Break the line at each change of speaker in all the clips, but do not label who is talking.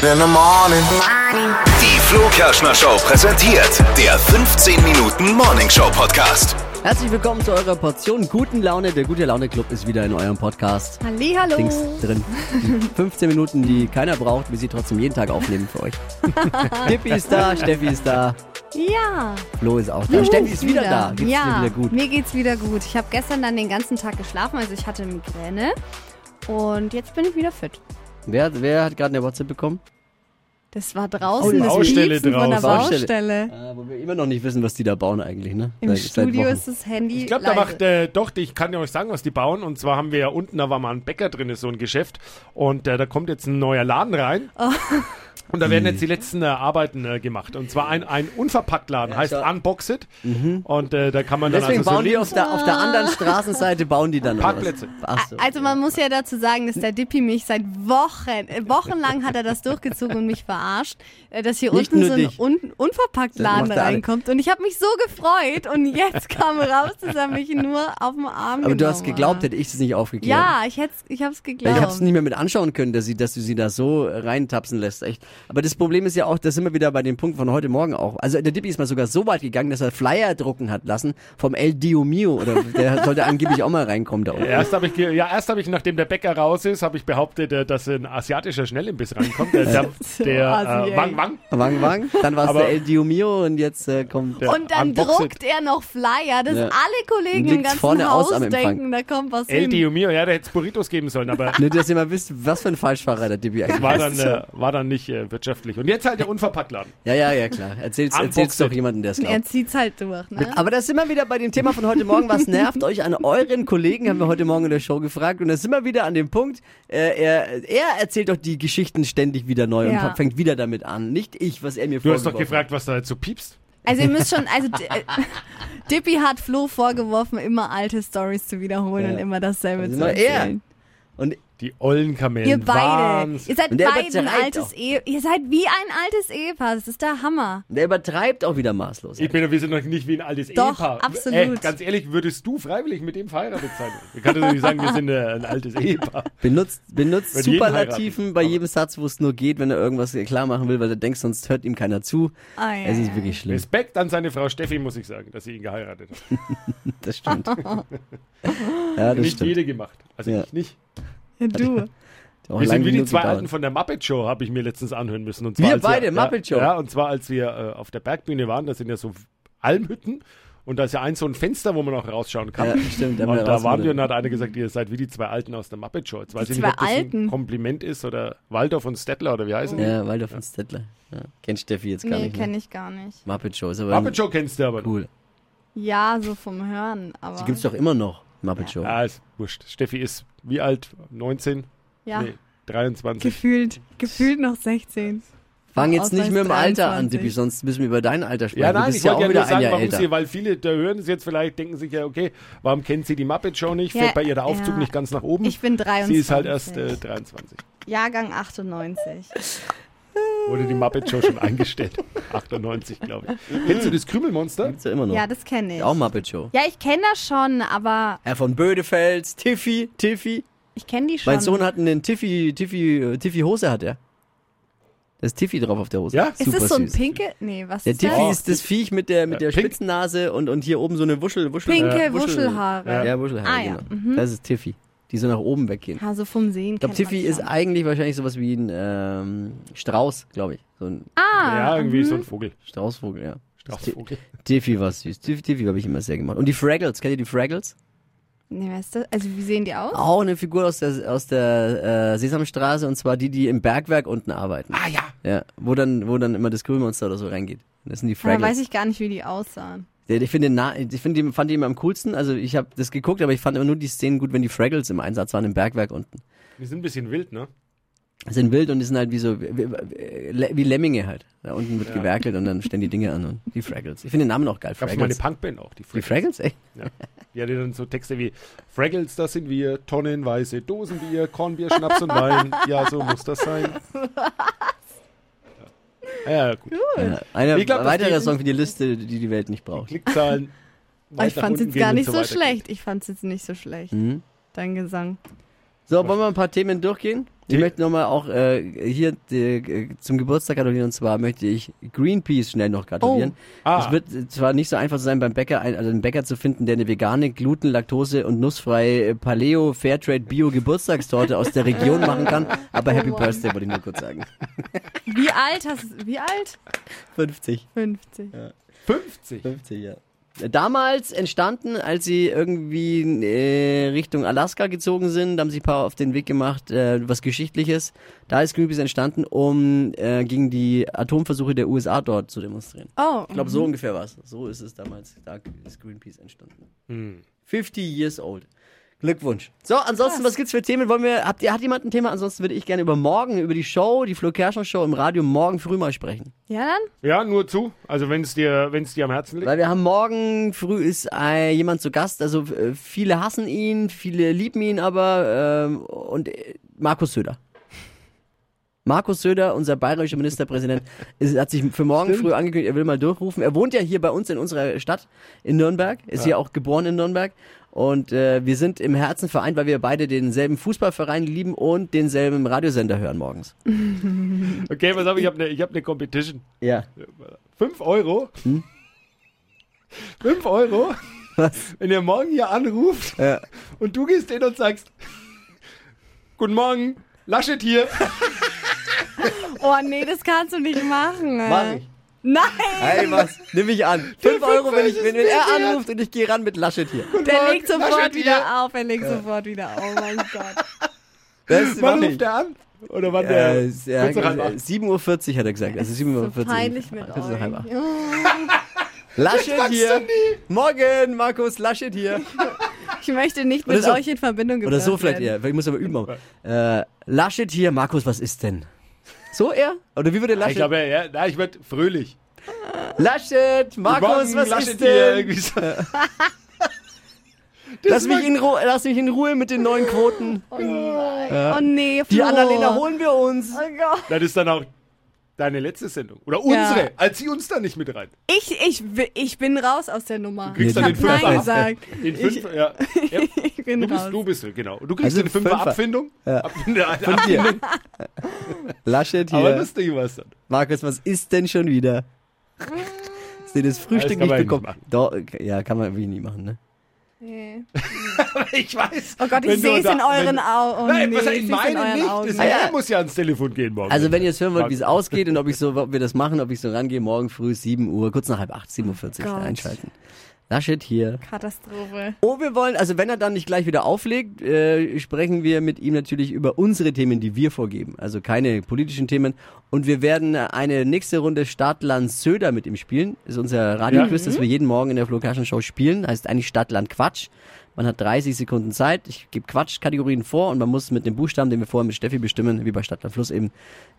in the morning.
Die Flo Kerschner Show präsentiert der 15 Minuten Morning Show Podcast.
Herzlich willkommen zu eurer Portion guten Laune. Der gute Laune Club ist wieder in eurem Podcast.
Hallihallo.
Dings drin. Die 15 Minuten, die keiner braucht, wir sie trotzdem jeden Tag aufnehmen für euch. Dippi ist da, Steffi ist da,
Ja.
Flo ist auch da. Steffi ist wieder da. Geht's
ja,
dir wieder gut?
Mir geht's wieder gut. Ich habe gestern dann den ganzen Tag geschlafen, also ich hatte Migräne. Und jetzt bin ich wieder fit.
Wer, wer hat gerade eine WhatsApp bekommen?
Das war
Oh,
draußen,
die
das
Baustelle
Piepsen von der
draußen.
Baustelle.
Äh, wo wir immer noch nicht wissen, was die da bauen eigentlich, ne?
Im
Seit- seit
Studio
Wochen.
ist das Handy
Ich glaube, da
leise.
macht, äh, doch, ich kann ja euch sagen, was die bauen. Und zwar haben wir ja unten, da war mal ein Bäcker drin, ist so ein Geschäft. Und äh, da kommt jetzt ein neuer Laden rein.
Oh.
Und da werden jetzt die letzten äh, Arbeiten äh, gemacht. Und zwar ein, ein Unverpacktladen, heißt
schau.
Unbox It. Und äh, da kann man dann
Deswegen
also so
bauen die
Leben-
auf der, auf der anderen Straßenseite bauen die dann oder was?
Parkplätze.
Ach so.
Ah. Also man muss ja dazu sagen, dass der Dippi mich seit Wochen, äh, wochenlang hat er das durchgezogen und mich verarscht, äh, dass hier
Nicht
unten
nur
so ein
dich.
un unverpackt Laden
macht er alle.
reinkommt. Und ich habe mich so gefreut und jetzt kam raus, dass er mich nur auf dem Arm
Aber du hast
genommen
geglaubt,
hat.
hätte ich es nicht aufgeklärt.
genau, Ja, ich, hätt's, ich hab's
Ja,
geglaubt.
ich hab's nicht mehr mit anschauen können, dass, sie, dass du sie da so reintapsen lässt, echt. Aber das Problem ist ja auch, da sind wir wieder bei dem Punkt von heute Morgen auch. Also der Dippi ist mal sogar so weit gegangen, dass er Flyer drucken hat lassen vom El Dio Mio. Oder der sollte angeblich auch mal reinkommen da unten.
Erst habe ich, ge- ja, erst habe ich, nachdem der Bäcker raus ist, habe ich behauptet, äh, dass ein asiatischer Schnellimbiss reinkommt. Der, der,
So
der
assi,
äh,
ey.
Wang Wang.
Wang Wang, dann war es
Aber-
der El Dio Mio und jetzt äh, kommt der.
und dann
Unboxed.
druckt er noch Flyer, dass
Ja.
alle Kollegen im
Liegt's
ganzen
vorne aus
Haus
am Empfang.
denken, da kommt was
El
hin.
Dio Mio, ja, der hätte Burritos geben sollen, aber
Nur, dass ihr mal wisst, was für ein Falschfahrer der Dippi eigentlich
war
ist.
dann, äh, war dann nicht äh, wirtschaftlich. Und jetzt halt der Unverpacktladen.
Ja, ja, ja, klar. Erzähl's,
Unboxed.
erzähl's doch jemandem, der es glaubt.
Er zieht's halt durch, ne?
Aber da sind wir wieder bei dem Thema von heute Morgen. Was nervt euch an euren Kollegen? Haben wir heute Morgen in der Show gefragt. Und da sind wir wieder an dem Punkt, äh, er, er erzählt doch die Geschichten ständig wieder neu
Ja.
und fängt wieder damit an. Nicht ich, was er mir
Du hast doch
vorgeworfen
gefragt, was da jetzt so piepst.
Also ihr müsst schon, also D- äh, Dippy hat Flo vorgeworfen, immer alte Stories zu wiederholen
Ja.
und immer dasselbe
Also
zu
nur er.
erzählen.
Und
Die Ollenkamellen.
Ihr beide, ihr
Wahnsinn.
seid
Und der
beide ein
übertreibt auch.
altes Ehe, ihr seid wie ein altes Ehepaar, das ist der Hammer.
der übertreibt auch wieder maßlos.
Ich bin ja, wir sind noch nicht wie ein altes
Doch,
Ehepaar.
absolut.
Ey, ganz ehrlich, würdest du freiwillig mit dem verheiratet sein? Ich kann doch nicht sagen, wir sind äh, ein altes Ehepaar.
Benutzt, benutzt
Wird jeden
Superlativen
heiraten.
bei jedem Satz, wo es nur geht, wenn er irgendwas klar machen will, weil er denkt, sonst hört ihm keiner zu.
Ah, ja,
es ist
ja.
wirklich schlimm.
Respekt an seine Frau Steffi, muss ich sagen, dass sie ihn geheiratet hat.
Das stimmt. ja, das
nicht
stimmt.
jede gemacht. Also
Ja.
ich nicht.
Ja, du.
Auch lange
Wir sind wie die
genug
zwei
gedauert.
Alten von der Muppet Show, habe ich mir letztens anhören müssen. Und zwar,
Wir
als
beide,
ja,
Muppet Show.
Ja, und zwar als wir äh, auf der Bergbühne waren, da sind ja so Almhütten und da ist ja eins so ein Fenster, wo man auch rausschauen kann.
Ja, stimmt, da haben
und
wir
da waren
rausgefunden.
wir und da hat einer gesagt, ihr seid wie die zwei Alten aus der Muppet Show. Jetzt weiß
Die
ich
zwei
nicht, ob das
Alten.
ein Kompliment ist oder Waldorf und Stettler oder wie heißen
Ja, Waldorf und Stettler. Ja. Kennt Steffi jetzt gar
Nee,
nicht. Ne?
kenne ich gar nicht.
Muppet Show ist
die?
aber
Muppet Show kennst du aber. noch.
cool.
Ja, so vom Hören, aber.
Die gibt's doch immer noch, Muppet Show.
Ja, Ah, ist wurscht. Steffi ist wie alt? 19?
ja.
Nee, 23.
Gefühlt, gefühlt noch 16.
Fang jetzt nicht mit dem
Ausweis
Alter an,
23.
Dippi, sonst müssen wir über dein Alter sprechen.
Ja, nein,
du
ich
bist ja
wollte
auch
ja,
wieder
nur sagen,
ein Jahr
warum
älter.
sie, weil viele da hören es jetzt vielleicht, denken sich ja, okay, warum kennt sie die Muppet Show nicht?
Ja,
Fällt bei ihr der Aufzug
ja.
nicht ganz nach oben?
Ich bin 23.
Sie ist halt erst äh, 23.
Jahrgang 98.
Wurde die Muppet Show schon eingestellt. 98, glaube ich. Kennst du das Krümelmonster?
Gibt's ja immer noch.
Ja, das kenne ich.
auch Muppet Show.
Ja, ich kenne das schon, aber
Herr von Bödefels, Tiffy, Tiffy.
ich kenne die schon.
Mein Sohn hat einen Tiffy, Tiffy, äh, Tiffy Hose hat er. Da ist Tiffy drauf auf der Hose.
Ja?
ist
Super
das so ein
süß.
pinke? Nee, was
Der
ist das?
Tiffy ist das Viech mit der, mit
Ja,
der
pink.
Spitzennase und, und hier oben so eine Wuschel, Wuschel.
Pinke
äh,
Wuschelhaare.
Ja, Wuschelhaare,
Ah, ja.
genau. Das ist Tiffy, die so nach oben weggehen.
Ja, so vom Sehen.
Ich glaube, Tiffy ist eigentlich wahrscheinlich sowas wie ein ähm, Strauß, glaube ich. So ein
Ah,
Ja, irgendwie so ein Vogel.
Straußvogel, ja.
Straußvogel.
Tiffy war süß. Tiffy, Tiffy habe ich immer sehr gemacht. Und die Fraggles, kennt ihr die Fraggles?
nee, was ist das? Also, wie sehen die aus?
Auch eine Figur aus der, aus der äh, Sesamstraße und zwar die, die im Bergwerk unten arbeiten.
Ah ja.
Ja, wo dann, wo dann immer das Grillmonster oder so reingeht. Das sind die
Da weiß
Fraggles.
ich gar nicht, wie die aussahen.
Ja, ich finde, den Na- ich finde, die- fand die immer am coolsten. Also ich habe das geguckt, aber ich fand immer nur die Szenen gut, wenn die Fraggles im Einsatz waren im Bergwerk unten.
Die sind ein bisschen wild, ne?
Sind wild und die sind halt wie so wie, wie wie Lemminge halt. Da unten wird gewerkelt und dann stellen die Dinge an und die Fraggles. Ich finde den Namen auch geil.
Gab es mal eine
Fraggles.
Punkband auch, die
Die
Fraggles.
Fraggles, ey.
Ja. Die hatte dann so Texte wie Fraggles, das sind wir, tonnenweise Dosenbier, Kornbier, Schnaps und Wein. Ja, so muss das sein. Ja, ja gut.
Ja, einer
Ich glaub, das
weiterer
geht
Song für die Liste, die die Welt nicht braucht.
Klickzahlen.
Oh,
weit
ich
nach
fand's
unten
jetzt
gehen,
gar
wenn's
nicht so
weitergeht.
Mhm.
schlecht. Ich fand's jetzt nicht so schlecht. Dein Gesang.
So, wollen wir ein paar Themen durchgehen? Ich möchte nochmal auch äh, hier äh, zum Geburtstag gratulieren und zwar möchte ich Greenpeace schnell noch gratulieren.
Oh. Ah.
Es wird zwar nicht so einfach sein, beim Bäcker ein, also einen Bäcker zu finden, der eine vegane, gluten-, laktose- und nussfreie äh, Paleo Fairtrade Bio Geburtstagstorte aus der Region machen kann, aber Happy
Wow.
Birthday wollte ich nur kurz sagen.
Wie alt hast du? Wie alt?
50,
50.
50.
50, ja. Damals entstanden, als sie irgendwie äh, Richtung Alaska gezogen sind, da haben sich ein paar auf den Weg gemacht, äh, was Geschichtliches. Da ist Greenpeace entstanden, um äh, gegen die Atomversuche der USA dort zu demonstrieren.
Oh.
Ich glaube, so ungefähr war es. So ist es damals. Da ist Greenpeace entstanden. 50 years old. Glückwunsch. So, ansonsten, was gibt's für Themen? Wollen wir, habt ihr, hat jemand ein Thema? Ansonsten würde ich gerne über morgen, über die Show, die Flo Kerschner Show im Radio morgen früh mal sprechen.
Ja, dann?
Ja, nur zu. Also wenn es dir, wenn's dir am Herzen liegt.
Weil wir haben morgen früh ist äh, jemand zu Gast, also äh, viele hassen ihn, viele lieben ihn aber ähm, und äh, Markus Söder. Markus Söder, unser bayerischer Ministerpräsident, ist, hat sich für morgen früh angekündigt, er will mal durchrufen. Er wohnt ja hier bei uns in unserer Stadt in Nürnberg, ist hier auch geboren in Nürnberg. Und äh, wir sind im Herzen vereint, weil wir beide denselben Fußballverein lieben und denselben Radiosender hören morgens.
Okay, pass auf, ich habe eine hab ne Competition.
Ja.
5 Euro.
Hm?
5 Euro,
Was?
wenn ihr morgen hier anruft
Ja.
und du gehst hin und sagst, Guten Morgen, Laschet hier.
Oh, nee, das kannst du nicht machen. äh.
Mach ich.
Nein!
Hey, was? Nimm mich an. 5 Euro, wenn, ich, wenn, wenn er anruft und ich gehe ran mit Laschet hier.
Der legt
Morgen,
sofort
Laschet
wieder auf, er legt sofort wieder auf. Oh mein Gott.
Das
Wann
mach
ruft er an? Oder wann der?
Äh, ja,
kurz nach halb acht.
7.40 Uhr hat er gesagt. Also 7.40
So
Uhr.
peinlich mit
Kurz nach halb acht.
euch. Oh,
Laschet hier. Morgen, Markus, Laschet hier.
Ich möchte nicht
Oder
mit
so.
euch in Verbindung gebracht
Oder so vielleicht
werden.
eher. Ich muss aber üben. auch. Äh, Laschet hier, Markus, was ist denn? So er? Oder wie würde
Ah, Ich
Laschet?
glaube, ja, na, ich werde fröhlich.
Laschet, Markus,
Guten Morgen,
was
Laschet
ist
hier.
denn?
Irgendwie so. Das
Lass
war-
mich, in Ruhe, lass mich in Ruhe mit den neuen Quoten.
Oh nee, Flo.
Die Annalena holen wir uns.
Oh Gott.
Das ist dann auch deine letzte Sendung. Oder unsere.
Ja.
Als sie uns da nicht mit rein.
Ich, ich, wi- ich bin raus aus der Nummer.
kriegst
ich
dann
hab
den Fünfer
Nein
ab.
gesagt.
Den fünf, ja. ja.
Ich bin
Du bist,
raus.
du bist, genau. Und du kriegst
Also
eine Fünfer
Fünfer.
Abfindung.
Ja.
Abfindung,
Von dir. Laschet hier.
Aber lustig war es dann.
Markus, was ist denn schon wieder? Hast du das Frühstück
kann
nicht
man ja nicht
bekommen?
machen.
Doch, okay, ja, kann man irgendwie nie machen, ne?
Nee.
Ich weiß.
Oh Gott,
Wenn
ich
du
sehe es
da-
in euren
wenn-
Augen.
Nein,
nee,
was
ich
ich
seh's in
meine
euren
nicht.
Augen.
Das
Ah, ja.
Er muss ja ans Telefon gehen morgen.
Also wenn ihr es hören wollt, wie es ausgeht und ob ich so, ob wir das machen, ob ich so rangehe, morgen früh 7 Uhr, kurz nach halb acht, 7.40 Uhr
Gott.
einschalten. Laschet hier.
Katastrophe.
Oh, wir wollen, also wenn er dann nicht gleich wieder auflegt, äh, sprechen wir mit ihm natürlich über unsere Themen, die wir vorgeben. Also keine politischen Themen. Und wir werden eine nächste Runde Stadtland Söder mit ihm spielen. Ist unser Radioquiz, das wir jeden Morgen in der Flo Kerschner Show spielen. Heißt eigentlich Stadtland Quatsch. Man hat 30 Sekunden Zeit. Ich gebe Quatschkategorien vor und man muss mit dem Buchstaben, den wir vorher mit Steffi bestimmen, wie bei Stadtland Fluss eben,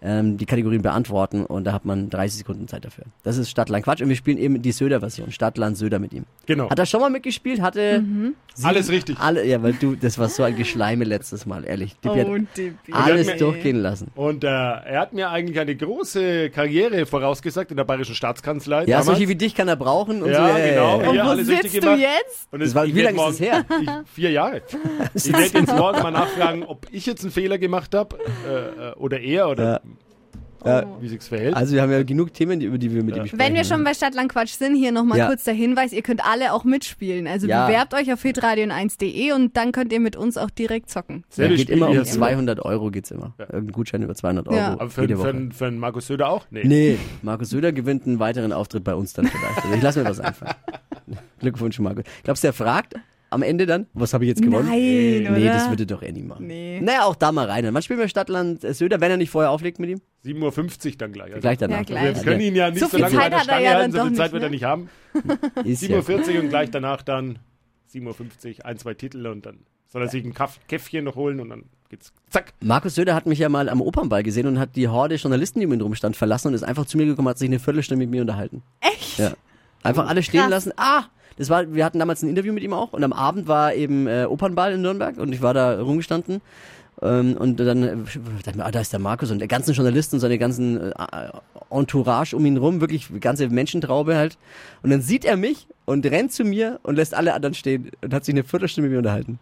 ähm, die Kategorien beantworten. Und da hat man 30 Sekunden Zeit dafür. Das ist Stadtland Quatsch und wir spielen eben die Söder-Version. Stadtland Söder mit ihm.
Genau.
Hat er schon mal mitgespielt? Hatte sieben-
Alles richtig.
Alle, ja, weil du, das war so ein Geschleime letztes Mal, ehrlich. Die
Oh,
hat
Dippi.
alles
mir-
durchgehen lassen.
Und äh, er hat mir eigentlich eine große Karriere vorausgesagt in der Bayerischen Staatskanzlei.
Ja,
damals.
solche wie dich kann er brauchen und
Ja,
so. äh,
genau.
äh,
Und
Ja,
Oh, wo
alles richtig
sitzt du
gemacht.
jetzt?
Und
Das war-
ich
wie
werd
lange ist
morgen-
das
Ich, vier Jahre. Ich werde jetzt morgen mal nachfragen, ob ich jetzt einen Fehler gemacht habe äh, äh, oder er oder
Ja.
wie sich's verhält.
Also wir haben ja genug Themen, die- über die wir mit ihm sprechen.
Wenn wir schon bei Stadtland Quatsch sind, hier nochmal
Ja.
kurz der Hinweis, ihr könnt alle auch mitspielen. Also
Ja.
bewerbt euch auf hitradion1.de und dann könnt ihr mit uns auch direkt zocken.
ja,
Selbe
geht
Spiel
immer
wie
um
jetzt.
200 Euro geht's immer. Irgendein Gutschein über 200 Euro
Ja.
Aber für,
jede
für,
Woche.
für, für einen Markus Söder auch? Nee.
nee, Markus Söder gewinnt einen weiteren Auftritt bei uns dann vielleicht. Also ich lasse mir was einfallen. Glückwunsch, Markus. Glaubst du, er fragt am Ende dann, was habe ich jetzt gewonnen?
Nein,
nee,
oder?
das würde doch eh nie machen.
Nee.
Naja, auch da mal rein. Wann spielen wir Stadtland äh, Söder, wenn er nicht vorher auflegt mit ihm?
7.50 Uhr dann gleich. Also
Gleich danach.
Ja,
Wir
gleich.
können ihn ja nicht
So
so,
viel
lange
Zeit
bei der
hat er
Stange
ja dann
halten, so viel
doch
Zeit
nicht,
wird er
ne?
nicht haben.
Ist ja
7.40 Uhr und gleich danach dann 7.50 Uhr, ein, zwei Titel und dann soll er sich ein Kaff Käffchen noch holen und dann geht's zack.
Markus Söder hat mich ja mal am Opernball gesehen und hat die Horde Journalisten, die um ihn rumstand, verlassen und ist einfach zu mir gekommen, hat sich eine Viertelstunde mit mir unterhalten.
Echt?
Ja. Einfach alle stehen
Krass.
lassen. Ah! Das war, wir hatten damals ein Interview mit ihm auch und am Abend war eben äh, Opernball in Nürnberg und ich war da rumgestanden. Ähm, und dann äh, dachte mir, ah, da ist der Markus und der ganzen Journalisten und seine ganzen äh, Entourage um ihn rum, wirklich ganze Menschentraube halt. Und dann sieht er mich und rennt zu mir und lässt alle anderen stehen und hat sich eine Viertelstunde mit mir unterhalten.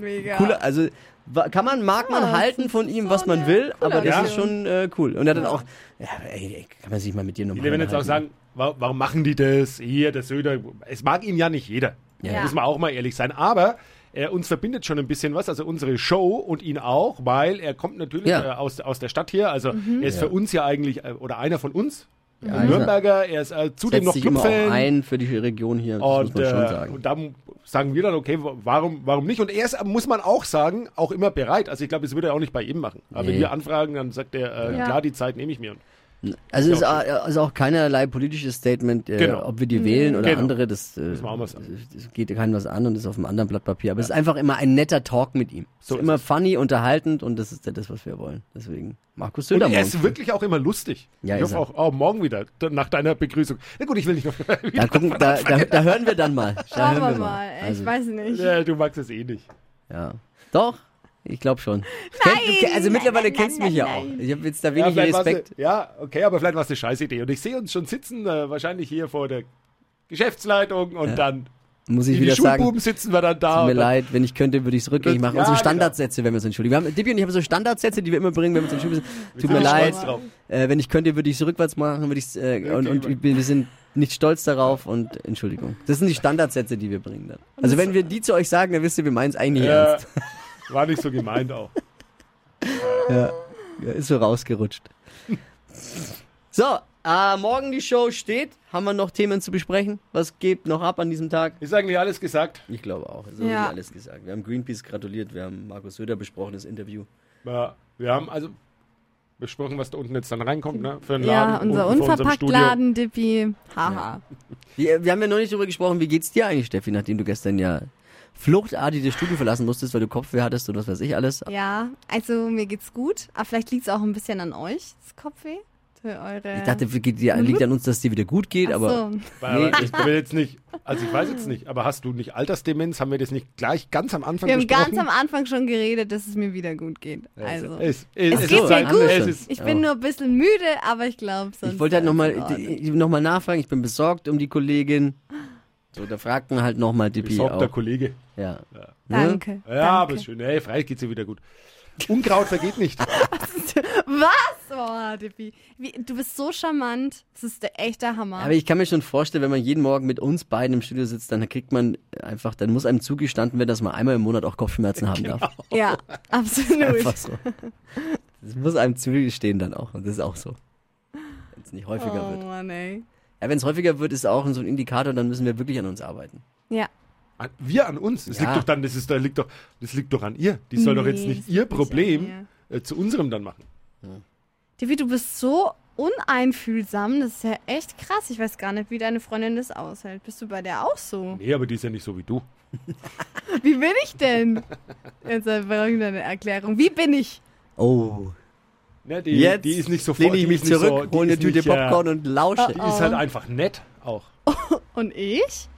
Mega.
Cooler, also wa- kann man, mag
Ja,
man
Ah, das
halten
ist
von ihm,
so
was man
eine
will,
coole
aber das
Aktion.
ist schon äh, cool. Und er hat dann auch, ja, ey, ey, kann man sich mal mit dir nochmal
Viele werden jetzt
Genau.
auch sagen, wa- warum machen die das? Hier, der Söder. Es mag ihn ja nicht jeder.
Ja.
Da
Ja.
Muss man auch mal ehrlich sein. Aber äh, uns verbindet schon ein bisschen was, also unsere Show und ihn auch, weil er kommt natürlich
Ja.
äh, aus, aus der Stadt hier. Also
Mhm.
er ist für uns ja eigentlich, äh, oder einer von uns,
Ja,
also
ein Nürnberger. Er ist äh, zudem
setzt
noch
sich immer auch
Clubfan.
ein für die Region hier, das muss
Und,
man schon
äh,
sagen.
und da sagen wir dann, okay, wa- warum, warum nicht? Und er ist, muss man auch sagen, auch immer bereit. Also ich glaube, das würde er auch nicht bei ihm machen. Aber wenn
Nee.
wir anfragen, dann sagt er, äh,
Ja.
klar, die Zeit nehme ich mir. Und
Also es ist
Ja,
auch, also auch keinerlei politisches Statement, äh,
Genau.
ob wir die wählen oder
Genau.
andere, das, äh,
wir auch mal sagen.
das geht keinem was an und ist auf einem anderen Blatt Papier. Aber es ist einfach immer ein netter Talk mit ihm. So
ist
immer
es.
funny, unterhaltend und das ist ja das, was wir wollen. Deswegen Markus
Und
Söder
er ist
morgen.
wirklich auch immer lustig.
Ja,
ich
ist
hoffe
er.
auch, oh, morgen wieder, d- nach deiner Begrüßung. Na gut, ich will nicht noch.
Da, gucken, da, da, da hören wir dann mal. Da
Schauen
hören
wir
wir
mal. Ey,
Also,
ich weiß nicht.
ja, du magst es eh nicht.
Ja. Doch, ich glaube schon. Kennt- du-
Nein,
also mittlerweile
nein,
kennst du
nein,
mich ja auch.
nein.
Ich habe jetzt da
Ja,
wenig
vielleicht war's
Respekt.
ne- ja, okay, aber vielleicht war es eine scheiß Idee. Und ich sehe uns schon sitzen, äh, wahrscheinlich hier vor der Geschäftsleitung und dann
Muss ich
die,
wieder
die
sagen.
Schulbuben sitzen wir dann da.
Tut mir
und dann,
leid, wenn ich könnte, würde ich es rückgängig
Das-
machen.
ja,
Unsere
genau.
Standardsätze, wenn wir uns entschuldigen. Wir haben, Dippi und ich haben so Standardsätze, die wir immer bringen, wenn wir uns entschuldigen. Tut mir
sind
leid.
stolz drauf.
Äh, wenn ich könnte, würde ich es rückwärts machen, würde ich's, äh,
Okay,
und, und
Mann.
ich bin- wir sind nicht stolz darauf und Entschuldigung. Das sind die Standardsätze, die wir bringen dann. Also wenn wir die zu euch sagen, dann wisst ihr, wir meinen es eigentlich
Äh,
ernst.
war nicht so gemeint auch.
Ja, Äh, ist so rausgerutscht. so, äh, morgen die Show steht. Haben wir noch Themen zu besprechen? Was geht noch ab an diesem Tag?
Ist eigentlich alles gesagt.
Ich glaube auch. Also
Ja.
ja. alles gesagt. Wir haben Greenpeace gratuliert, wir haben Markus Söder besprochen, das Interview.
Ja, wir haben also besprochen, was da unten jetzt dann reinkommt, ne? Für den Laden.
Ja, unser
unten vor unserem Studio.
Unverpacktladen, Dippi. Haha.
Wir, wir haben ja noch nicht darüber gesprochen, wie geht's dir eigentlich, Steffi, nachdem du gestern ja fluchtartig das Studio verlassen musstest, weil du Kopfweh hattest und was weiß ich alles.
Ja, also mir geht's gut. Aber vielleicht liegt's auch ein bisschen an euch, das Kopfweh. Für eure.
Ich dachte, geht, dir- liegt an uns, dass dir wieder gut geht,
Mhm. Ach
aber
so.
Weil,
Nee.
ich will jetzt nicht, also ich weiß jetzt nicht, aber hast du nicht Altersdemenz? Haben wir das nicht gleich ganz am Anfang
Wir haben
besprochen?
ganz am Anfang schon geredet, dass es mir wieder gut geht. Also.
es, es,
Es
es
geht
ist
mir
Zeit-
gut.
Es ist,
Ich bin nur ein bisschen müde, aber ich glaube sonst.
ich wollte halt nochmal
ist es in Ordnung.
noch mal nachfragen, ich bin besorgt um die Kollegin. So, da fragt man halt nochmal Dippi
besorgter
auch.
Kollege.
Ja. Ne?
Danke.
Ja, aber
danke.
schön. Hey, freilich geht's dir wieder gut. Unkraut vergeht nicht.
Was? Oh, Dippi. Wie, du bist so charmant. Das ist der echte Hammer.
Aber ich kann mir schon vorstellen, wenn man jeden Morgen mit uns beiden im Studio sitzt, dann kriegt man einfach, dann muss einem zugestanden werden, dass man einmal im Monat auch Kopfschmerzen haben darf.
ja, absolut.
Einfach so. Das muss einem zugestehen dann auch. Und das ist auch so. Wenn es nicht häufiger
Oh
wird.
Mann, ey.
Ja, wenn es häufiger wird, ist auch so ein Indikator, dann müssen wir wirklich an uns arbeiten.
Ja.
An- Wir an uns. Das
Ja.
liegt doch dann, das ist, da liegt doch, das liegt doch an ihr. Die soll doch
Nee,
jetzt
das
nicht
liegt
ihr
nicht an
Problem äh, zu unserem dann machen.
Dippi, du bist so uneinfühlsam. Das ist ja echt krass. Ich weiß gar nicht, wie deine Freundin das aushält. Bist du bei der auch so?
Nee, aber die ist ja nicht so wie du.
Wie bin ich denn? Jetzt brauche ich eine Erklärung. Wie bin ich?
Oh.
Ne, die,
Jetzt
die ist nicht so
lehne
die
ich
ist
mich
nicht
zurück,
so- die
hole eine
ist
Tüte
nicht, äh,
Popcorn und lausche.
Die ist halt einfach nett auch.
Und ich?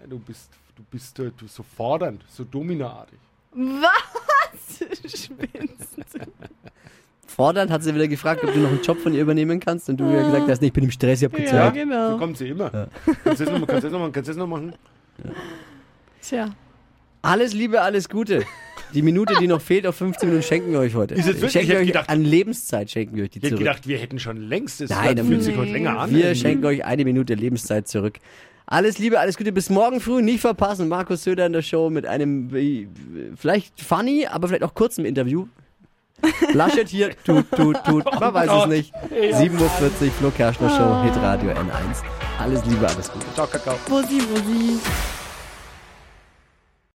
Ja, Du bist, du bist äh, du so fordernd, so dominaartig.
Was? Spinnst du?
Fordernd hat sie wieder gefragt, ob du noch einen Job von ihr übernehmen kannst. Und du ja gesagt hast, nee, ich bin im Stress, ich hab keine Zeit.
genau.
So kommt sie immer. Kannst du das noch machen? Kannst du das noch machen? Kannst du das noch machen?
Tja.
Alles Liebe, alles Gute. Die Minute, die noch fehlt, auf 15 Minuten schenken wir euch heute.
Ist jetzt
Wir
wirklich-
schenken
ich hätte
euch
gedacht-
an Lebenszeit schenken wir euch die
Ich hätte
zurück.
gedacht, wir hätten schon längst. Das
Nein,
fühlt
aber-
sich heute länger an.
wir schenken euch eine Minute Lebenszeit zurück. Alles Liebe, alles Gute. Bis morgen früh nicht verpassen. Markus Söder in der Show mit einem äh, vielleicht funny, aber vielleicht auch kurzem Interview. Laschet hier, tut, tut, tut. Man weiß es
Oh Gott.
nicht. 7.40 Uhr, Flo Kerschner Show, Hitradio N1. Alles Liebe, alles Gute.
Ciao, Kakao.
Bussi, Bussi.